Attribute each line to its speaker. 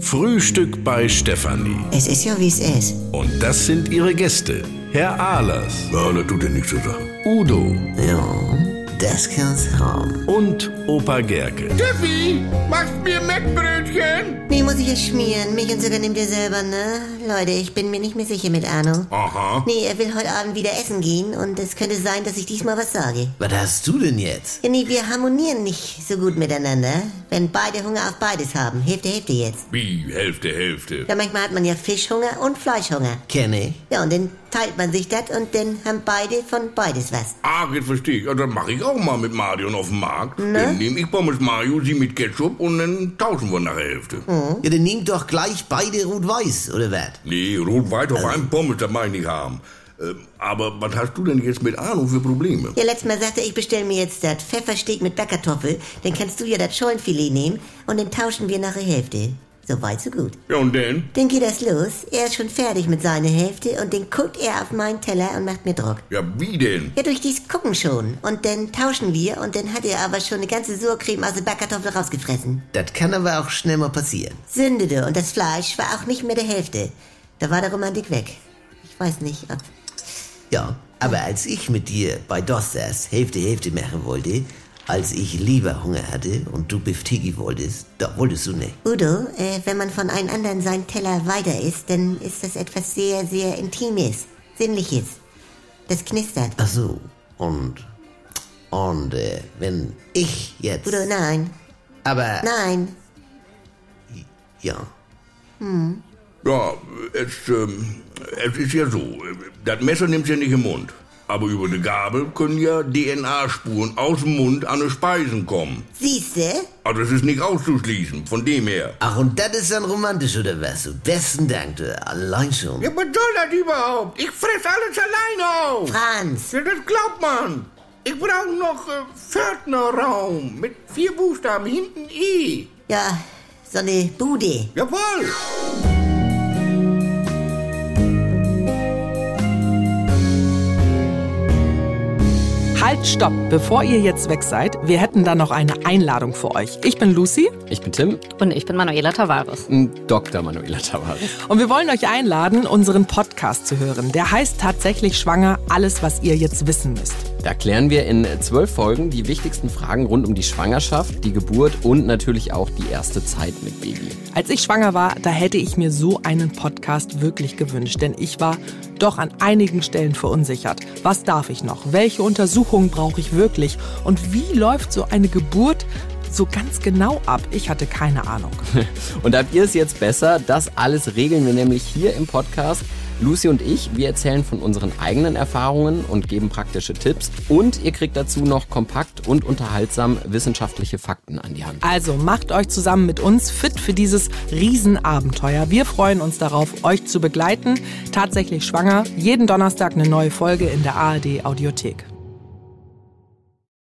Speaker 1: Frühstück bei Stefanie.
Speaker 2: Es ist ja, wie es ist.
Speaker 1: Und das sind ihre Gäste. Herr Ahlers,
Speaker 3: Ja, das tut dir nichts zu sagen.
Speaker 1: Udo
Speaker 2: Ja, das kann's haben.
Speaker 1: und Opa Gerke.
Speaker 4: Tiffy, machst mir Mettbrötchen?
Speaker 2: Nee, muss ich jetzt schmieren. Mich und sogar nimmt ihr selber, ne? Leute, ich bin mir nicht mehr sicher mit Arno.
Speaker 4: Aha.
Speaker 2: Nee, er will heute Abend wieder essen gehen und es könnte sein, dass ich diesmal was sage.
Speaker 5: Was hast du denn jetzt?
Speaker 2: Ja, nee, wir harmonieren nicht so gut miteinander. Wenn beide Hunger auf beides haben. Hälfte, Hälfte jetzt.
Speaker 4: Wie, Hälfte, Hälfte.
Speaker 2: Ja, manchmal hat man ja Fischhunger und Fleischhunger.
Speaker 5: Kenne ich.
Speaker 2: Ja, und dann teilt man sich das und dann haben beide von beides was.
Speaker 4: Ach, Ah, jetzt verstehe ich. Ja, dann mache ich auch mal mit Marion auf dem Markt. Dann nehme ich Pommes Mario, sie mit Ketchup und dann tauschen wir nach der Hälfte.
Speaker 5: Ja, dann nimm doch gleich beide rot-weiß, oder was?
Speaker 4: Nee, rot weit
Speaker 5: Also-
Speaker 4: auf einen Pommes, das mag ich nicht haben. Ähm, aber was hast du denn jetzt mit Arno für Probleme?
Speaker 2: Ja, letztes Mal sagte er, ich bestelle mir jetzt das Pfeffersteak mit Backkartoffel, dann kannst du ja das Schollenfilet nehmen und dann tauschen wir nach der Hälfte. So weit, so gut.
Speaker 4: Ja, und denn?
Speaker 2: Dann geht das los, er ist schon fertig mit seiner Hälfte und dann guckt er auf meinen Teller und macht mir Druck.
Speaker 4: Ja, wie denn?
Speaker 2: Ja, durch dies Gucken schon. Und dann tauschen wir und dann hat er aber schon eine ganze Surcreme aus der Backkartoffel rausgefressen.
Speaker 5: Das kann aber auch schnell mal passieren.
Speaker 2: Sündete und das Fleisch war auch nicht mehr der Hälfte. Da war der Romantik weg. Ich weiß nicht, ob...
Speaker 5: Ja, aber als ich mit dir bei Dosters Hälfte Hälfte machen wollte, als ich lieber Hunger hatte und du Biftigi wolltest, da wolltest du nicht.
Speaker 2: Udo, äh, wenn man von einem anderen seinen Teller weiter isst, dann ist das etwas sehr, sehr Intimes, Sinnliches. Das knistert.
Speaker 5: Ach so, und und äh, wenn ich jetzt,
Speaker 2: Udo, nein,
Speaker 5: aber
Speaker 2: nein.
Speaker 5: ja,
Speaker 4: Ja, es, ähm, es ist ja so, äh, das Messer nimmt's ja nicht im Mund. Aber über die Gabel können ja DNA-Spuren aus dem Mund an die Speisen kommen.
Speaker 2: Siehste?
Speaker 4: Also es ist nicht auszuschließen, von dem her.
Speaker 5: ach und das ist dann romantisch oder was? So, besten Dank, du, allein schon.
Speaker 4: Ja, was soll das überhaupt? Ich fress alles alleine auf.
Speaker 2: Franz,
Speaker 4: Ja, das glaubt man. Ich brauche noch äh, Pförtnerraum mit vier Buchstaben hinten I.
Speaker 2: ja, so eine Bude.
Speaker 4: Jawohl.
Speaker 6: Halt, stopp! Bevor ihr jetzt weg seid, wir hätten da noch eine Einladung für euch. Ich bin Lucy
Speaker 7: Ich bin Tim,
Speaker 8: Und ich bin Manuela Tavares.
Speaker 7: ein Dr. Manuela Tavares.
Speaker 6: und wir wollen euch einladen, unseren Podcast zu hören. Der heißt tatsächlich Schwanger, alles, was ihr jetzt wissen müsst.
Speaker 7: Da klären wir in zwölf Folgen die wichtigsten Fragen rund um die Schwangerschaft, die Geburt und natürlich auch die erste Zeit mit Baby.
Speaker 6: Als ich schwanger war, da hätte ich mir so einen Podcast wirklich gewünscht, denn ich war doch an einigen Stellen verunsichert. Was darf ich noch? Welche Untersuchungen brauche ich wirklich? Und wie läuft so eine Geburt so ganz genau ab? Ich hatte keine Ahnung.
Speaker 7: Und habt ihr es jetzt besser? Das alles regeln wir nämlich hier im Podcast. Lucy und ich, wir erzählen von unseren eigenen Erfahrungen und geben praktische Tipps. Und ihr kriegt dazu noch kompakt und unterhaltsam wissenschaftliche Fakten an die Hand.
Speaker 6: Also macht euch zusammen mit uns fit für dieses Riesenabenteuer. Wir freuen uns darauf, euch zu begleiten. Tatsächlich schwanger. Jeden Donnerstag eine neue Folge in der ARD Audiothek.